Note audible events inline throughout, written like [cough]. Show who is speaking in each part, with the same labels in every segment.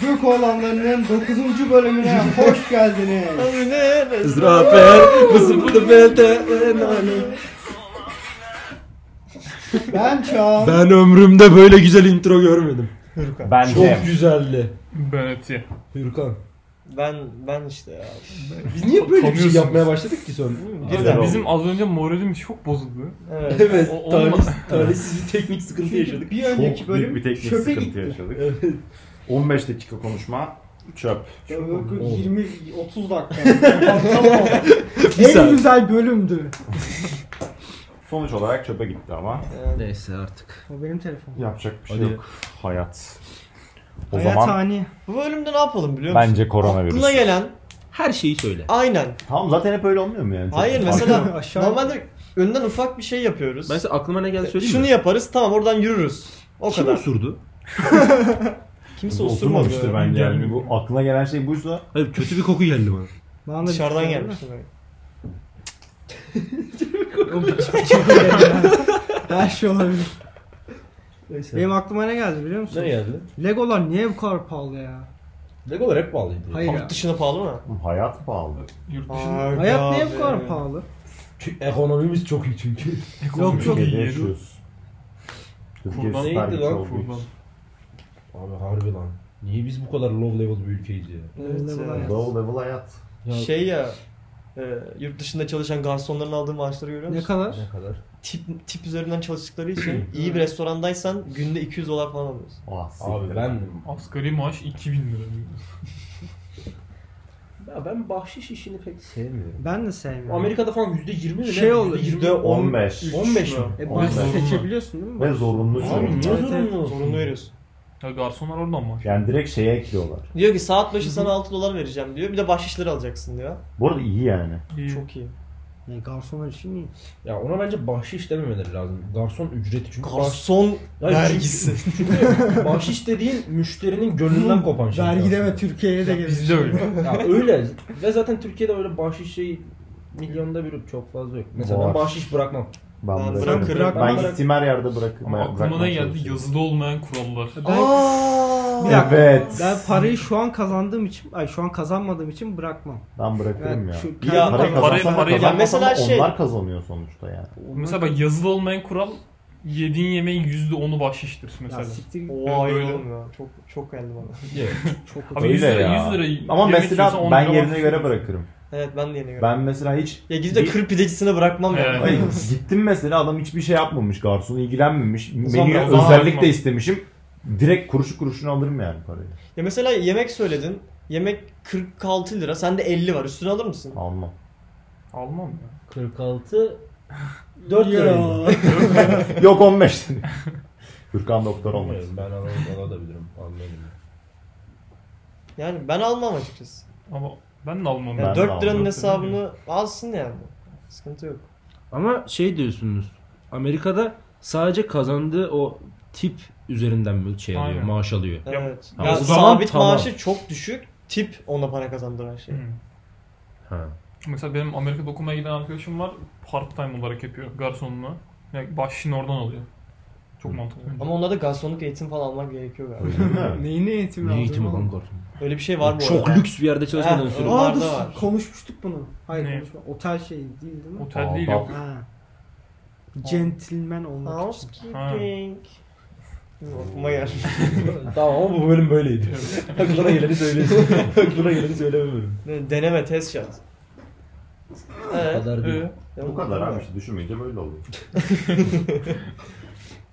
Speaker 1: Gök oğlanlarının 9. bölümüne hoş geldiniz.
Speaker 2: Zraper, mısır bunu belde.
Speaker 1: Ben Çağan.
Speaker 2: Ben ömrümde böyle güzel intro görmedim.
Speaker 3: Ben Cem.
Speaker 2: Çok güzeldi.
Speaker 4: Ben Atiye.
Speaker 2: Hürkan.
Speaker 5: Ben ben işte ya.
Speaker 2: Biz niye böyle bir şey
Speaker 4: Tanıyorsunuz.
Speaker 2: yapmaya başladık ki sonra?
Speaker 5: Birden.
Speaker 4: Bizim az önce moralimiz çok bozuldu.
Speaker 5: Evet.
Speaker 2: Evet,
Speaker 4: O- olmaz.
Speaker 2: talihsiz, talihsiz bir teknik sıkıntı yaşadık.
Speaker 1: Bir
Speaker 3: Çok
Speaker 1: önceki
Speaker 3: büyük
Speaker 1: bölüm
Speaker 3: bir teknik
Speaker 1: çöpe
Speaker 3: sıkıntı
Speaker 1: gitti.
Speaker 3: yaşadık.
Speaker 2: Evet.
Speaker 3: 15 dakika konuşma çöp.
Speaker 1: Yok,
Speaker 2: oldu.
Speaker 1: 20
Speaker 3: [laughs]
Speaker 1: 30 dakika. Tamam. en
Speaker 2: saat.
Speaker 1: güzel bölümdü.
Speaker 3: Sonuç olarak çöpe gitti ama
Speaker 5: Yani.
Speaker 2: Neyse artık.
Speaker 1: O benim telefonum.
Speaker 3: yapacak bir şey
Speaker 2: Hadi.
Speaker 3: yok. Hayat. O
Speaker 1: Hayat
Speaker 3: zaman
Speaker 1: hani.
Speaker 5: Bu bölümde ne yapalım biliyor musun?
Speaker 3: bence koronavirüs.
Speaker 5: Aklına gelen
Speaker 2: Her şeyi söyle.
Speaker 5: aynen.
Speaker 3: Tamam zaten hep öyle olmuyor mu yani? Çok-
Speaker 5: Hayır
Speaker 1: Aşağı-
Speaker 5: mesela
Speaker 1: [laughs] aşağı-
Speaker 5: normalde önden ufak bir şey yapıyoruz. E,
Speaker 2: Ben size aklıma ne geldi söyleyeyim
Speaker 5: Şunu
Speaker 2: mi?
Speaker 5: yaparız tamam oradan yürürüz. O
Speaker 2: Kim
Speaker 5: kadar.
Speaker 2: osurdu?
Speaker 5: Kimse osurmadı.
Speaker 3: Oturmamıştır bence yani. Bu aklına gelen şey buysa
Speaker 2: Hayır kötü bir koku geldi bana.
Speaker 1: Bana da bir
Speaker 5: Dışarıdan
Speaker 1: şey oldu.
Speaker 5: gelmiş.
Speaker 1: Oğlum, çok- çok iyi yani. Her şey olabilir.
Speaker 2: Neyse.
Speaker 1: Benim aklıma ne geldi biliyor musun?
Speaker 2: ne geldi?
Speaker 1: Legolar niye bu kadar pahalı ya?
Speaker 2: Legolar hep bağlıydı.
Speaker 1: Hayır ya.
Speaker 5: Yurt dışına pahalı mı?
Speaker 3: "Oğlum hayat pahalı.
Speaker 4: Yurt dışında
Speaker 1: Hayat niye bu kadar pahalı?
Speaker 2: Çünkü ekonomimiz çok iyi çünkü.
Speaker 4: ekonomik
Speaker 3: Çok
Speaker 1: Yok, Çok
Speaker 4: iyi
Speaker 3: iyi
Speaker 4: yeri.
Speaker 3: yaşıyoruz. Türkiye
Speaker 4: Kurban
Speaker 3: süper
Speaker 2: neydi
Speaker 3: güç
Speaker 2: lan
Speaker 3: olduğu için.
Speaker 4: Kurban.
Speaker 2: Abi harbi lan. Niye biz bu kadar low level bir ülkeyiz ya?
Speaker 5: Evet,
Speaker 1: Legolar
Speaker 5: evet.
Speaker 3: Low level hayat.
Speaker 2: Ya
Speaker 5: Şey ya e, yurt dışında çalışan garsonların aldığı maaşları görüyor
Speaker 1: Ne
Speaker 5: musun?
Speaker 1: kadar?
Speaker 2: ne kadar?
Speaker 5: Tip, tip üzerinden çalıştıkları için iyi bir restorandaysan günde 200 dolar falan alıyorsun.
Speaker 3: Ah,
Speaker 2: Abi
Speaker 3: siktir.
Speaker 2: ben
Speaker 4: Asgari maaş 2000 lira.
Speaker 2: ya ben bahşiş işini pek sevmiyorum.
Speaker 1: Ben de sevmiyorum.
Speaker 2: Amerika'da falan yüzde yirmi mi?
Speaker 1: Şey oluyor,
Speaker 2: Yüzde on beş.
Speaker 3: 15.
Speaker 2: On beş mi?
Speaker 1: E,
Speaker 3: Onlar-
Speaker 1: bahşiş seçebiliyorsun değil mi?
Speaker 3: Ve zorunlu
Speaker 2: Abi
Speaker 3: sorun.
Speaker 2: niye
Speaker 1: Evet,
Speaker 2: zorunlu olsun?
Speaker 5: Zorunlu veriyorsun.
Speaker 4: Ya garsonlar oradan maaş.
Speaker 3: Yani direkt şeye ekliyorlar.
Speaker 5: Diyor ki saat başı sana 6 dolar vereceğim diyor. Bir de bahşişleri alacaksın diyor.
Speaker 3: Bu arada iyi yani.
Speaker 4: İyi.
Speaker 5: Çok iyi.
Speaker 1: Ne garsonlar için iyi.
Speaker 2: Ya ona bence bahşiş dememeleri lazım. Garson ücreti çünkü. bahş-
Speaker 5: Garson
Speaker 2: Hayır, çünkü-
Speaker 5: vergisi.
Speaker 2: [laughs] Çünkü bahşiş dediğin müşterinin gönlünden kopan şey.
Speaker 1: Vergi
Speaker 2: aslında.
Speaker 1: deme Türkiye'ye de
Speaker 4: Ya
Speaker 1: gelir.
Speaker 4: bizde öyle.
Speaker 2: Ya öyle. Ve zaten Türkiye'de öyle bahşiş şey milyonda bir çok fazla yok. Mesela
Speaker 3: Var.
Speaker 2: ben bahşiş bırakmam.
Speaker 3: Ben,
Speaker 5: Ben
Speaker 3: bırakırım.
Speaker 5: bırakırım.
Speaker 3: Ben,
Speaker 2: Ben bırak-
Speaker 3: gittiğim her yerde bırakırım.
Speaker 4: Ama
Speaker 3: Ben
Speaker 4: aklıma
Speaker 3: bırakmaya
Speaker 4: ne geldi?
Speaker 3: çalışıyorum.
Speaker 4: Yazılı olmayan kurallar.
Speaker 1: Ben,
Speaker 5: Aa!
Speaker 1: Bir dakika.
Speaker 3: Evet.
Speaker 1: ben parayı şu an kazandığım için, ay şu an kazanmadığım için bırakmam.
Speaker 3: Ben
Speaker 1: Ben
Speaker 3: bırakırım ya.
Speaker 1: şu
Speaker 5: Ya
Speaker 1: kendim-
Speaker 3: Para
Speaker 4: parayı-
Speaker 3: kazansan da
Speaker 4: parayı- ya
Speaker 3: kazanmasan da
Speaker 5: mesela şey-
Speaker 3: onlar kazanıyor sonuçta yani.
Speaker 4: Mesela bak yazılı olmayan kural yediğin yemeğin %10'u bahşiştir
Speaker 1: Ya
Speaker 4: mesela.
Speaker 1: siktir git.
Speaker 5: Vay
Speaker 4: Böyle.
Speaker 5: oğlum ya. Çok çok geldi bana. [laughs]
Speaker 1: Çok
Speaker 4: Abi 100
Speaker 3: Öyle
Speaker 4: lira,
Speaker 3: ya.
Speaker 4: 100 lira
Speaker 3: Ama
Speaker 4: yemek yiyorsa
Speaker 3: mesela
Speaker 4: 10
Speaker 3: ben
Speaker 4: lira
Speaker 3: yerine
Speaker 4: bahşiş
Speaker 3: göre
Speaker 4: yiyorsun.
Speaker 3: bırakırım.
Speaker 5: Evet ben de yeni gördüm.
Speaker 3: Ben mesela hiç
Speaker 5: Ya gidip de
Speaker 3: Bir-
Speaker 5: kır pidecisine bırakmam
Speaker 4: Evet.
Speaker 5: yani.
Speaker 3: Hayır, gittim mesela adam hiçbir şey yapmamış. Garson ilgilenmemiş.
Speaker 5: zaman
Speaker 3: Menüyü
Speaker 4: ben o zaman
Speaker 3: özellikle
Speaker 4: bakmam.
Speaker 3: istemişim. Direkt kuruşu kuruşuna alırım yani parayı.
Speaker 5: Ya mesela yemek söyledin. Yemek 46 lira. Sende 50 var. Üstüne alır mısın?
Speaker 3: Almam.
Speaker 4: Almam ya.
Speaker 2: 46 4 lira.
Speaker 3: Yok 15 [laughs] dedi. Hürkan doktor olmak
Speaker 2: Bilmiyorum, Ben alamam, alabilirim. Anladım.
Speaker 5: Yani ben almam açıkçası.
Speaker 4: Ama ben de almam.
Speaker 5: Yani
Speaker 3: Ben de
Speaker 5: 4
Speaker 3: almam.
Speaker 5: liranın
Speaker 4: Dört lira
Speaker 5: hesabını alsın yani. Sıkıntı yok.
Speaker 6: Ama şey diyorsunuz. Amerika'da sadece kazandığı o tip üzerinden mi şey alıyor,
Speaker 4: Aynen.
Speaker 6: maaş alıyor.
Speaker 4: Ya-
Speaker 5: Evet.
Speaker 6: Ha,
Speaker 5: Ya
Speaker 6: o zaman
Speaker 5: sabit
Speaker 6: tamam.
Speaker 5: maaşı çok düşük. Tip ona para kazandıran şey.
Speaker 4: Hı.
Speaker 6: Ha.
Speaker 4: Mesela benim Amerika'da okumaya giden arkadaşım var. Part time olarak yapıyor garsonluğu. Yani bahşişini oradan alıyor. Çok mantıklı.
Speaker 5: Ama onlarda garsonluk eğitim falan almak gerekiyor galiba.
Speaker 3: istedim.
Speaker 1: Neyini eğitim
Speaker 6: Ne eğitimi lan garson?
Speaker 5: Öyle bir şey var bu
Speaker 6: Çok
Speaker 5: arada.
Speaker 6: lüks bir yerde çalışmadan
Speaker 5: Ha,
Speaker 6: ötürü.
Speaker 1: Aa
Speaker 5: Barda
Speaker 1: dur
Speaker 5: var.
Speaker 1: konuşmuştuk bunu. Hayır
Speaker 4: Ne?
Speaker 1: konuşma. Otel şey değil değil mi?
Speaker 4: Otel değil
Speaker 3: Aa,
Speaker 4: yok.
Speaker 1: Ha. Gentleman olmak için.
Speaker 5: Housekeeping. Aklıma
Speaker 4: [laughs]
Speaker 5: geldi.
Speaker 2: tamam ama bu bölüm böyleydi. Aklına geleni söylüyorsun.
Speaker 3: [laughs]
Speaker 2: Aklına geleni söylememedim.
Speaker 5: Ne, Deneme test şart. Evet.
Speaker 2: kadar değil.
Speaker 4: Ee,
Speaker 5: Ya
Speaker 3: Bu kadar abi işte düşünmeyince böyle oluyor.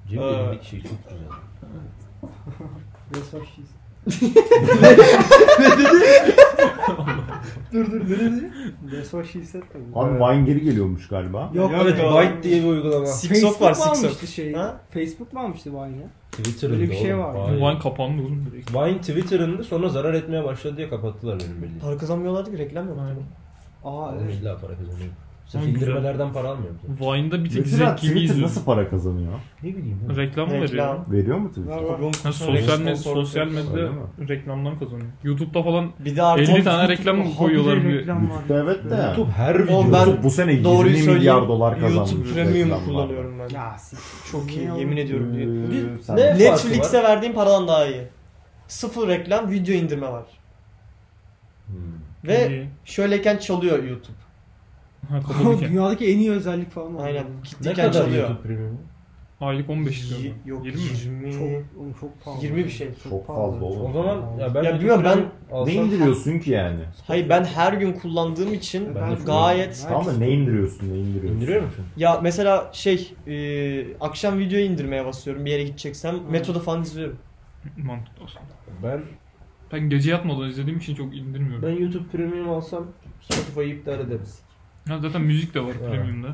Speaker 2: Cem
Speaker 5: Ee.
Speaker 2: elindeki şey çok güzel.
Speaker 1: Yes, hoş geldin. dur dur ne dedi? Yes, hoş geldin.
Speaker 3: Abi Vine geri geliyormuş galiba.
Speaker 1: Yok
Speaker 2: Evet,
Speaker 1: ya.
Speaker 2: Byte diye bir uygulama.
Speaker 5: Siksok
Speaker 1: Facebook
Speaker 5: var
Speaker 1: mu
Speaker 5: siksok.
Speaker 1: almıştı şeyi?
Speaker 5: Ha?
Speaker 1: Facebook mu almıştı bu aynı?
Speaker 2: Twitter'ın
Speaker 1: Öyle bir şey var.
Speaker 4: Ulan kapandı uzun direkt.
Speaker 2: Vine Twitter'ındı sonra zarar etmeye başladı diye kapattılar benim bildiğim.
Speaker 5: Para kazanmıyorlardı ki reklam yoktu.
Speaker 4: Aynen.
Speaker 1: Aa
Speaker 2: Oğlum
Speaker 1: evet.
Speaker 2: İlla para kazanıyor.
Speaker 4: Ama
Speaker 2: Sırf
Speaker 4: güzel.
Speaker 2: indirmelerden para almıyor musun?
Speaker 4: Vine'da bir tek
Speaker 3: Mesela
Speaker 4: zevk gibi
Speaker 3: Twitter
Speaker 4: izliyorsun.
Speaker 3: nasıl para kazanıyor?
Speaker 2: Ne bileyim.
Speaker 4: Reklam mı veriyor?
Speaker 5: Reklam.
Speaker 3: Veriyor mu Twitter?
Speaker 1: Var, var.
Speaker 5: Kurum
Speaker 4: Ha,
Speaker 5: kutusuna
Speaker 4: sosyal,
Speaker 5: reklam
Speaker 4: med
Speaker 5: sponsoru
Speaker 4: sosyal
Speaker 5: yapıyor.
Speaker 3: Öyle
Speaker 4: medyada
Speaker 3: mi?
Speaker 4: reklamdan kazanıyor. YouTube'da falan
Speaker 5: Bir de artı
Speaker 4: 50 tane reklam
Speaker 1: Abi,
Speaker 4: koyuyorlar
Speaker 1: bir
Speaker 4: bir.
Speaker 1: reklam var.
Speaker 3: YouTube'da evet de. YouTube,
Speaker 2: YouTube her video.
Speaker 5: Oğlum ben-
Speaker 3: bu sene 20
Speaker 5: Doğruyu
Speaker 3: milyar dolar
Speaker 5: söyleyeyim.
Speaker 3: kazanmış.
Speaker 5: YouTube Premium
Speaker 3: reklamlardan.
Speaker 5: kullanıyorum ben.
Speaker 1: Ya siktir.
Speaker 5: Çok iyi
Speaker 1: Ne
Speaker 5: yemin
Speaker 1: oğlum?
Speaker 5: ediyorum.
Speaker 3: Ee, sen-
Speaker 2: Ne? farkı
Speaker 5: Netflix'e verdiğim paradan daha iyi. Sıfır reklam video indirme var.
Speaker 3: Hmm.
Speaker 5: Ve
Speaker 4: İyi.
Speaker 5: şöyleyken çalıyor YouTube.
Speaker 4: Ha,
Speaker 5: [laughs]
Speaker 4: kapalıyken.
Speaker 1: Dünyadaki en iyi özellik falan.
Speaker 5: Aynen.
Speaker 2: Ne
Speaker 5: Kitleyken
Speaker 2: kadar
Speaker 5: çalıyor.
Speaker 2: YouTube Premium?
Speaker 4: Aylık 15
Speaker 5: Y-
Speaker 4: istiyorum. ben.
Speaker 5: Yok
Speaker 4: 20 mi?
Speaker 5: 20.
Speaker 1: Çok, oğlum çok pahalı.
Speaker 5: 20 bir şey.
Speaker 3: Çok
Speaker 1: pahalı.
Speaker 3: fazla oğlum.
Speaker 2: O zaman ya
Speaker 5: Ya
Speaker 2: ben YouTube
Speaker 5: bilmiyorum, ben-
Speaker 2: Premium alsam-
Speaker 3: Ne indiriyorsun ki yani?
Speaker 5: Hayır ben her gün kullandığım için
Speaker 1: Ben de
Speaker 5: gayet...
Speaker 1: kullanıyorum.
Speaker 3: Tamam da ne indiriyorsun ne indiriyorsun?
Speaker 2: İndiriyor musun?
Speaker 5: Ya mesela şey e, akşam videoyu indirmeye basıyorum bir yere gideceksem. Metoda falan izliyorum.
Speaker 4: Mantıklı aslında.
Speaker 2: Ben
Speaker 4: Ben gece yatmadan izlediğim için çok indirmiyorum.
Speaker 2: ben YouTube Premium alsam Spotify'ı iptal ederiz.
Speaker 4: Ya zaten müzik de var premium'da.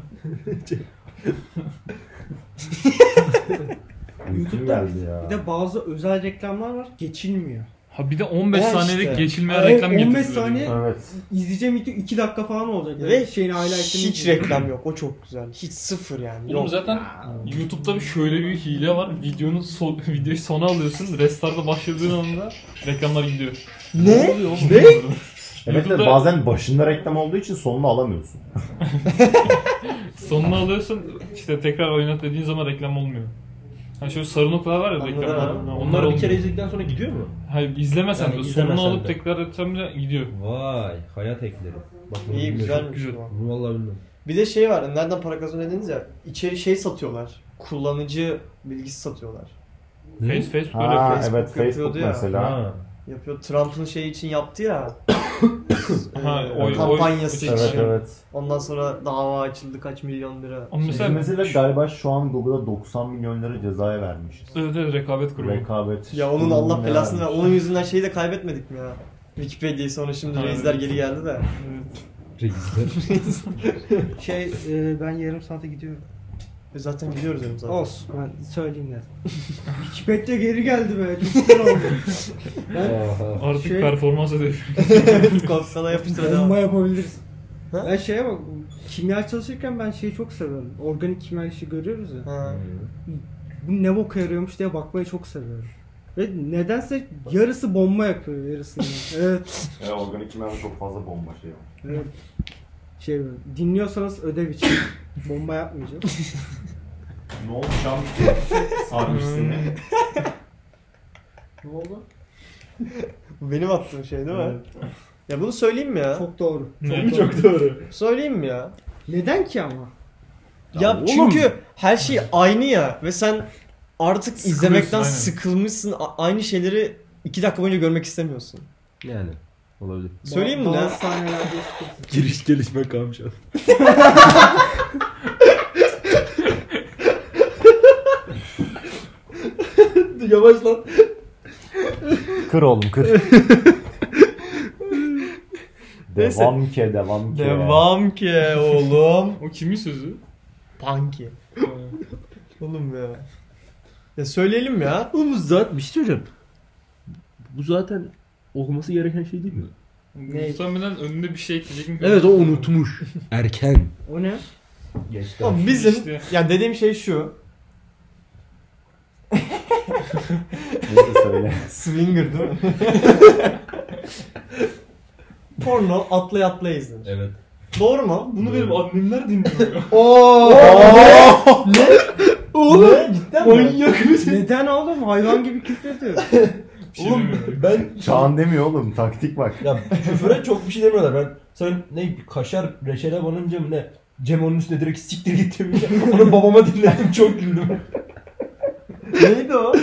Speaker 3: Uykum
Speaker 1: YouTube'da
Speaker 3: geldi ya.
Speaker 1: Bir de bazı özel reklamlar var geçilmiyor.
Speaker 4: Ha bir de 15
Speaker 5: E işte.
Speaker 4: saniyelik geçilmeyen
Speaker 1: O-
Speaker 4: reklam
Speaker 1: 15
Speaker 4: getirdiler.
Speaker 1: Ee, saniye-
Speaker 3: Evet.
Speaker 1: İzleyeceğim video 2 dakika falan olacak.
Speaker 5: Ve
Speaker 1: şeyin highlight'ını
Speaker 5: hiç
Speaker 1: izleyeceğim.
Speaker 5: reklam yok. O çok güzel. Hiç sıfır yani.
Speaker 4: Oğlum
Speaker 5: Yok.
Speaker 4: zaten YouTube'da bir şöyle bir hile var. Videonun son, [laughs] videoyu sona alıyorsun. Restart'a başladığın anda reklamlar gidiyor.
Speaker 5: Ne?
Speaker 4: oluyor oğlum?
Speaker 5: Ne?
Speaker 3: Evet de
Speaker 4: YouTube'da-
Speaker 3: bazen başında reklam olduğu için sonunu alamıyorsun.
Speaker 4: Sonunu alıyorsun işte tekrar oynat dediğin zaman reklam olmuyor. Hani şöyle sarı noktalar var ya
Speaker 5: Anladım
Speaker 4: reklamlar.
Speaker 5: abi.
Speaker 4: Onlar,
Speaker 2: Onları bir
Speaker 4: olmuyor.
Speaker 2: kere izledikten sonra gidiyor mu?
Speaker 4: Hayır izlemesen
Speaker 2: Yani
Speaker 4: de
Speaker 2: izlemesen
Speaker 4: sonunu alıp
Speaker 2: de.
Speaker 4: tekrar etsem de gidiyor.
Speaker 2: Vay hayat ekleri. Bak bunu
Speaker 5: İyi
Speaker 2: bilmiyorum.
Speaker 5: güzelmiş.
Speaker 4: Güzel.
Speaker 5: bu.
Speaker 2: Bunu vallahi bilmiyorum.
Speaker 5: Bir de şey var. Nereden para kazanıyor dediniz ya. İçeri şey satıyorlar. Kullanıcı bilgisi satıyorlar.
Speaker 4: Face Facebook öyle
Speaker 3: Ha
Speaker 4: yapıyor.
Speaker 3: evet
Speaker 5: yapıyordu
Speaker 3: Facebook
Speaker 5: ya.
Speaker 3: mesela.
Speaker 2: Ha.
Speaker 5: Yapıyor. Trump'ın şeyi için yaptı ya.
Speaker 4: [coughs] Ha,
Speaker 5: Ee,
Speaker 4: oy- oy-
Speaker 5: kampanyası
Speaker 4: Evet,
Speaker 5: için.
Speaker 3: Evet evet.
Speaker 5: Ondan sonra dava açıldı kaç milyon lira. şey.
Speaker 4: Ama
Speaker 3: Mesela,
Speaker 4: mesela,
Speaker 3: mesela galiba şu an Google'a 90 milyon lira cezaya vermiş.
Speaker 4: evet, evet, rekabet grubu.
Speaker 3: Rekabet.
Speaker 5: Hmm.
Speaker 3: Hmm.
Speaker 5: Ya onun Allah
Speaker 3: Ya.
Speaker 5: belasını ver. Onun yüzünden şeyi de kaybetmedik mi ya? Wikipedia'yı sonra şimdi
Speaker 4: Ha,
Speaker 5: reisler
Speaker 4: evet.
Speaker 5: geri geldi de.
Speaker 2: [laughs] Reisler.
Speaker 1: Şey e, ben yarım saate gidiyorum.
Speaker 5: E zaten gidiyoruz hem zaten.
Speaker 1: Olsun ben söyleyeyim [laughs] dedim. Wikipedia geri geldi be. Çok güzel oldu. ben
Speaker 2: Aha.
Speaker 4: Artık
Speaker 1: Şey-
Speaker 4: performans
Speaker 1: [laughs]
Speaker 4: ödevi.
Speaker 5: Kafana yapıştıra
Speaker 1: bomba
Speaker 5: devam.
Speaker 1: yapabiliriz.
Speaker 5: Ha?
Speaker 1: Ben şeye bak kimya çalışırken ben şeyi çok seviyorum. Organik kimya işi görüyoruz ya.
Speaker 5: Ha.
Speaker 1: Bu ne boka yarıyormuş diye bakmayı çok seviyorum. Ve nedense yarısı bomba yapıyor yarısını.
Speaker 5: [laughs]
Speaker 1: evet.
Speaker 3: Ya, organik kimyada çok fazla bomba şey var.
Speaker 1: evet. Şey dinliyorsanız ödev için. bomba yapmayacağım.
Speaker 3: Ne oldu şam? [laughs] Sarmış seni.
Speaker 5: Hmm.
Speaker 1: ne oldu?
Speaker 5: Bu benim attığım şey değil mi? Ya bunu söyleyeyim mi ya?
Speaker 1: Çok doğru.
Speaker 4: Ne?
Speaker 2: Çok doğru.
Speaker 5: Söyleyeyim mi ya?
Speaker 1: Neden ki ama?
Speaker 5: Ya,
Speaker 3: Ya oğlum.
Speaker 5: çünkü her şey aynı ya ve sen artık
Speaker 4: Sıkılıyorsun,
Speaker 5: izlemekten
Speaker 4: aynen.
Speaker 5: sıkılmışsın. A- aynı şeyleri iki dakika boyunca görmek istemiyorsun.
Speaker 6: Yani olabilir.
Speaker 5: Söyleyeyim mi
Speaker 1: Bazı
Speaker 5: lan?
Speaker 1: sahnelerde işte-
Speaker 2: Giriş gelişme kamşat. Yavaş lan.
Speaker 3: Kır oğlum kır.
Speaker 5: Neyse.
Speaker 3: [laughs] devam ki devam ki.
Speaker 5: Devam ki
Speaker 4: [laughs]
Speaker 5: oğlum.
Speaker 4: O kimin sözü?
Speaker 5: Panki. oğlum ya. Ya söyleyelim ya.
Speaker 6: Oğlum zaten bir şey söyleyeceğim. Bu zaten olması gereken şey değil mi?
Speaker 1: Ne?
Speaker 4: Muhtemelen önüne bir şey ekleyecek mi?
Speaker 6: Evet o unutmuş. Erken.
Speaker 1: O ne?
Speaker 2: Geçti.
Speaker 5: Oğlum bizim
Speaker 4: İşte.
Speaker 5: yani dediğim şey şu.
Speaker 3: Neyse söyle.
Speaker 5: Swinger değil mi? Porno atlay atlay izlenir.
Speaker 2: Evet.
Speaker 5: Doğru mu?
Speaker 4: Bunu benim annemler dinliyor.
Speaker 5: [laughs] Oo. Ne? Oğlum. Ne? Cidden mi?
Speaker 1: Neden oğlum? Hayvan gibi küfrediyor.
Speaker 4: Bir şey demiyorum.
Speaker 2: Oğlum ben
Speaker 3: Çağan demiyor oğlum taktik bak.
Speaker 2: ya küfüre çok bir şey demiyorlar. Ben sen ne kaşar reçele banınca mı ne? Cem onun üstüne direkt siktir git demiş. Onu babama dinledim çok güldüm.
Speaker 5: Neydi o?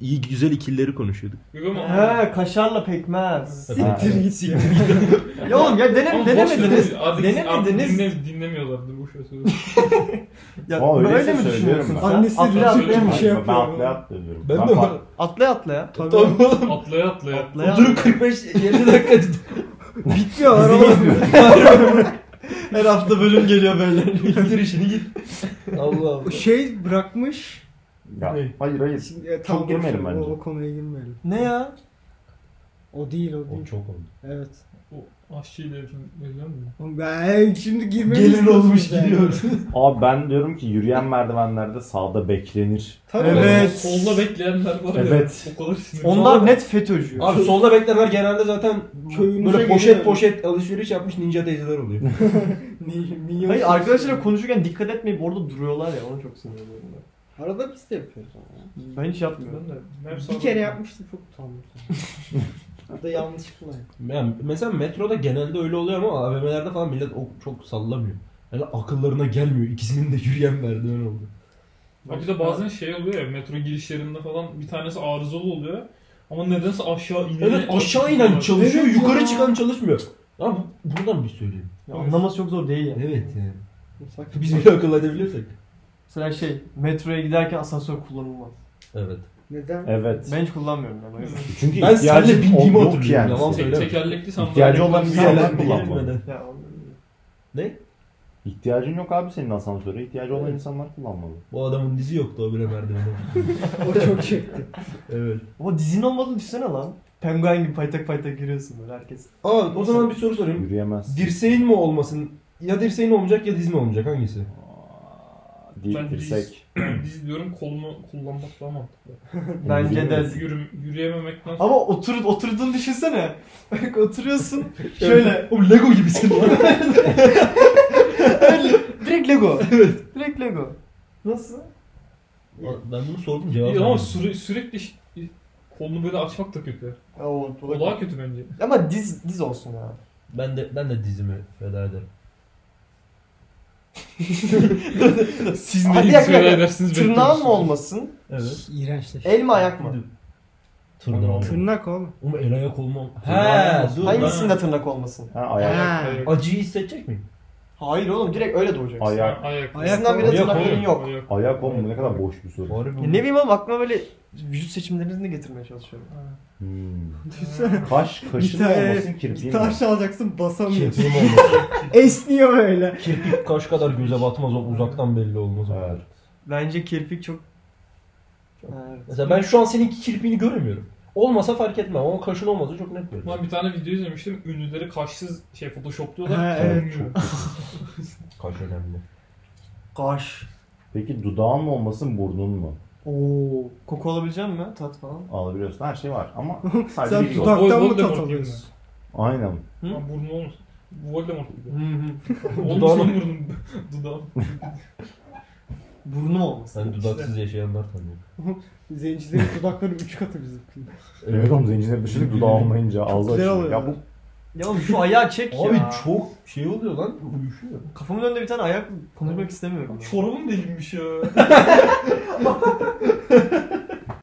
Speaker 6: İyi güzel ikilileri konuşuyorduk.
Speaker 4: Yok ama-
Speaker 5: He kaşarla pekmez.
Speaker 3: Siktir
Speaker 2: git siktir git.
Speaker 5: ya oğlum ya dene-
Speaker 4: Ama boş
Speaker 5: denemediniz.
Speaker 4: ver, artık-
Speaker 5: Denemediniz.
Speaker 4: Artık dinle, dinlemiyorlardı bu şey sözü.
Speaker 5: Ya
Speaker 3: Aa, öyleyse
Speaker 5: böyle mi
Speaker 3: söylüyorum
Speaker 5: düşünüyorsun?
Speaker 3: ben.
Speaker 5: sen?
Speaker 1: Annesi
Speaker 5: atlaya
Speaker 1: birazcık
Speaker 5: atlaya
Speaker 1: bir
Speaker 5: mı?
Speaker 1: şey
Speaker 3: Ben
Speaker 1: yapıyor.
Speaker 3: atla atla diyorum.
Speaker 2: Ben de
Speaker 3: Bak,
Speaker 2: mi?
Speaker 5: Atlaya atlaya.
Speaker 2: Tamam oğlum.
Speaker 4: Atlaya atlaya.
Speaker 5: Atlaya
Speaker 2: Dur 45 50 dakika
Speaker 1: Bitmiyor araba.
Speaker 5: [laughs] Her hafta bölüm geliyor böyle.
Speaker 2: bitir işini git. Allah Allah.
Speaker 1: şey bırakmış.
Speaker 3: Ya, hayır hayır.
Speaker 1: Şimdi, e,
Speaker 3: Çok girmeyelim
Speaker 1: o-
Speaker 3: bence.
Speaker 1: O, konuya girmeyelim.
Speaker 5: ne ya?
Speaker 1: O değil o değil.
Speaker 2: O çok oldu.
Speaker 1: Evet.
Speaker 4: O aşçı ile verilen mi?
Speaker 1: Oğlum Ben şimdi girmemiz
Speaker 2: Gelin olmuş
Speaker 1: lazım [laughs]
Speaker 2: gidiyor.
Speaker 3: Abi ben diyorum ki yürüyen merdivenlerde sağda beklenir.
Speaker 1: Tabii.
Speaker 5: Evet.
Speaker 4: Solda bekleyenler var
Speaker 3: Evet.
Speaker 4: ya. O kadar sinirli.
Speaker 5: Onlar net FETÖ'cü.
Speaker 2: Abi solda bekleyenler genelde zaten
Speaker 1: Köyümüze
Speaker 2: böyle poşet
Speaker 1: geliyor.
Speaker 2: poşet alışveriş yapmış ninja teyzeler oluyor.
Speaker 1: [laughs] Ni- milyon-
Speaker 5: Hayır arkadaşlarla konuşurken dikkat etmeyip orada duruyorlar ya ona çok sinirleniyorum ben.
Speaker 7: Arada biz de yapıyoruz ama. ya.
Speaker 4: Ben hiç yapmıyorum.
Speaker 1: Bir kere yapmıştım çok utandım.
Speaker 7: Hatta yanlışlıkla.
Speaker 2: Yani mesela metroda genelde öyle oluyor ama AVM'lerde falan millet o çok sallamıyor. Yani akıllarına gelmiyor. İkisinin de yürüyen merdiven oldu.
Speaker 4: Ama bir de bazen şey oluyor ya metro girişlerinde falan bir tanesi arızalı oluyor. Ama nedense aşağı inen...
Speaker 2: Evet aşağı inen çalışıyor,
Speaker 1: Evet
Speaker 2: yukarı
Speaker 1: ya.
Speaker 2: çıkan çalışmıyor. Ya bu- buradan bir söyleyeyim.
Speaker 5: Ya anlaması çok zor değil yani.
Speaker 2: Evet yani.
Speaker 7: Mesela-
Speaker 2: Biz bile akıl edebiliyorsak.
Speaker 5: Mesela şey metroya giderken asansör kullanılmaz.
Speaker 2: Evet.
Speaker 1: Neden?
Speaker 3: Evet.
Speaker 5: Ben hiç kullanmıyorum yani. o yüzden.
Speaker 3: Çünkü
Speaker 2: Ben seninle
Speaker 3: ihtiyacın
Speaker 2: bindiğimi
Speaker 3: o- yok
Speaker 2: hatırlıyorum.
Speaker 3: yani.
Speaker 2: Yalan
Speaker 4: Tek,
Speaker 2: söyleme.
Speaker 4: tekerlekli sandalye.
Speaker 3: İhtiyacı olan bir yerden
Speaker 2: Sen
Speaker 3: kullanmalı.
Speaker 2: gelmeden.
Speaker 5: Ya, o-
Speaker 3: İhtiyacın yok abi senin asansöre. İhtiyacı olan insanlar kullanmalı.
Speaker 2: Bu adamın dizi yoktu o bile merdivende.
Speaker 1: O çok çekti.
Speaker 2: [laughs] evet.
Speaker 5: Ama dizinin olmadığını düşünsene lan. Penguen gibi paytak paytak giriyorsun böyle herkes.
Speaker 2: Aa o zaman bir soru sorayım.
Speaker 3: Yürüyemez.
Speaker 2: Dirseğin mi olmasın? Ya dirseğin olmayacak ya diz mi olmayacak? Hangisi?
Speaker 3: Di-
Speaker 4: Ben
Speaker 3: dirsek.
Speaker 4: Yani biz diyorum kolumu kullanmak daha mantıklı.
Speaker 5: Bence de.
Speaker 4: Yürü, yürüyememekten sonra
Speaker 5: Ama otur, oturduğunu düşünsene. Bak oturuyorsun şöyle.
Speaker 2: O Lego gibisin lan.
Speaker 5: Direkt Lego. Evet. Direkt Lego. Nasıl?
Speaker 2: ben bunu sordum cevap
Speaker 4: İyi ama
Speaker 2: vermedim.
Speaker 4: süre, sürekli ş- kolunu böyle açmak da kötü.
Speaker 5: Ya, o,
Speaker 4: O daha kötü bence.
Speaker 5: Ama diz diz olsun ya.
Speaker 2: Ben de ben de dizimi feda ederim.
Speaker 4: Siz
Speaker 5: Hadi
Speaker 4: neyi
Speaker 5: yak-
Speaker 4: feda
Speaker 5: yak-
Speaker 4: edersiniz
Speaker 5: Tırnağın mı olmasın?
Speaker 2: Evet.
Speaker 1: İğrençleşti.
Speaker 5: El mi ayak mı?
Speaker 2: Tırnağım.
Speaker 1: Tırnak oğlum.
Speaker 2: Ama el ayak olmam.
Speaker 3: Tırnağım
Speaker 2: He, dur. lan.
Speaker 5: Hangisinde tırnak olmasın?
Speaker 3: Ha ayak.
Speaker 1: Ha.
Speaker 2: Acıyı hissedecek miyim?
Speaker 5: Hayır oğlum direkt öyle doğacaksın.
Speaker 3: Ayak.
Speaker 4: Ayak.
Speaker 1: Ayak
Speaker 5: İkisinden biri
Speaker 1: Ayak
Speaker 5: tırnakların yok.
Speaker 3: Ayak olma ne kadar boş bir soru.
Speaker 2: Bari bu.
Speaker 5: Ya ne bileyim oğlum aklıma böyle vücut seçimlerini getirmeye çalışıyorum.
Speaker 3: Hmm.
Speaker 1: Düşünsene.
Speaker 3: Kaş, kaşın
Speaker 1: Gitar-
Speaker 3: olmasın kirpiğin
Speaker 1: Gitar
Speaker 3: mi?
Speaker 1: çalacaksın basamıyorsun.
Speaker 2: Kirpiğim olmaz.
Speaker 1: Esniyor böyle.
Speaker 2: Kirpik kaş kadar göze batmaz o uzaktan belli olmaz. o.
Speaker 3: Evet.
Speaker 5: Bence kirpik çok... Evet.
Speaker 2: Mesela ben şu an seninki kirpiğini göremiyorum. Olmasa fark etmem ama kaşın olmasa çok net görürüm.
Speaker 4: Ulan bir tane video izlemiştim. Ünlüleri kaşsız şey photoshopluyorlar.
Speaker 1: Ha,
Speaker 3: Evet,
Speaker 1: evet.
Speaker 3: çok.
Speaker 2: Kaş önemli.
Speaker 5: Kaş.
Speaker 3: Peki dudağın mı olmasın burnun mu?
Speaker 5: Oo. Koku alabilecek mi? Tat falan.
Speaker 3: Alabiliyorsun her şey var ama sadece
Speaker 1: Sen
Speaker 3: bir yol.
Speaker 1: dudaktan mı
Speaker 4: Voldemort
Speaker 1: tat
Speaker 4: gibi
Speaker 1: alıyorsun?
Speaker 3: Aynen.
Speaker 4: Lan burnu olmuş. Voldemort gibi.
Speaker 1: [laughs]
Speaker 5: Hı hı.
Speaker 4: Olmuş
Speaker 2: Dudağına-
Speaker 4: lan [laughs] burnum. Dudağım.
Speaker 5: Burnum olmasın.
Speaker 2: Ben dudaksız yaşayanlar tanıyorum.
Speaker 1: Zencilerin dudakları üç katı bizim.
Speaker 3: Evet oğlum zincirleri düşürüp dudağı olmayınca ağzı
Speaker 1: güzel
Speaker 3: açılıyor.
Speaker 1: oluyor.
Speaker 3: Ya bu
Speaker 5: Ya oğlum şu ayağı çek
Speaker 2: Abi
Speaker 5: ya.
Speaker 2: çok şey oluyor lan uyuşuyor.
Speaker 5: Kafamın önünde bir tane ayak konuşmak istemiyorum. ya.
Speaker 4: Çorabım delinmiş ya.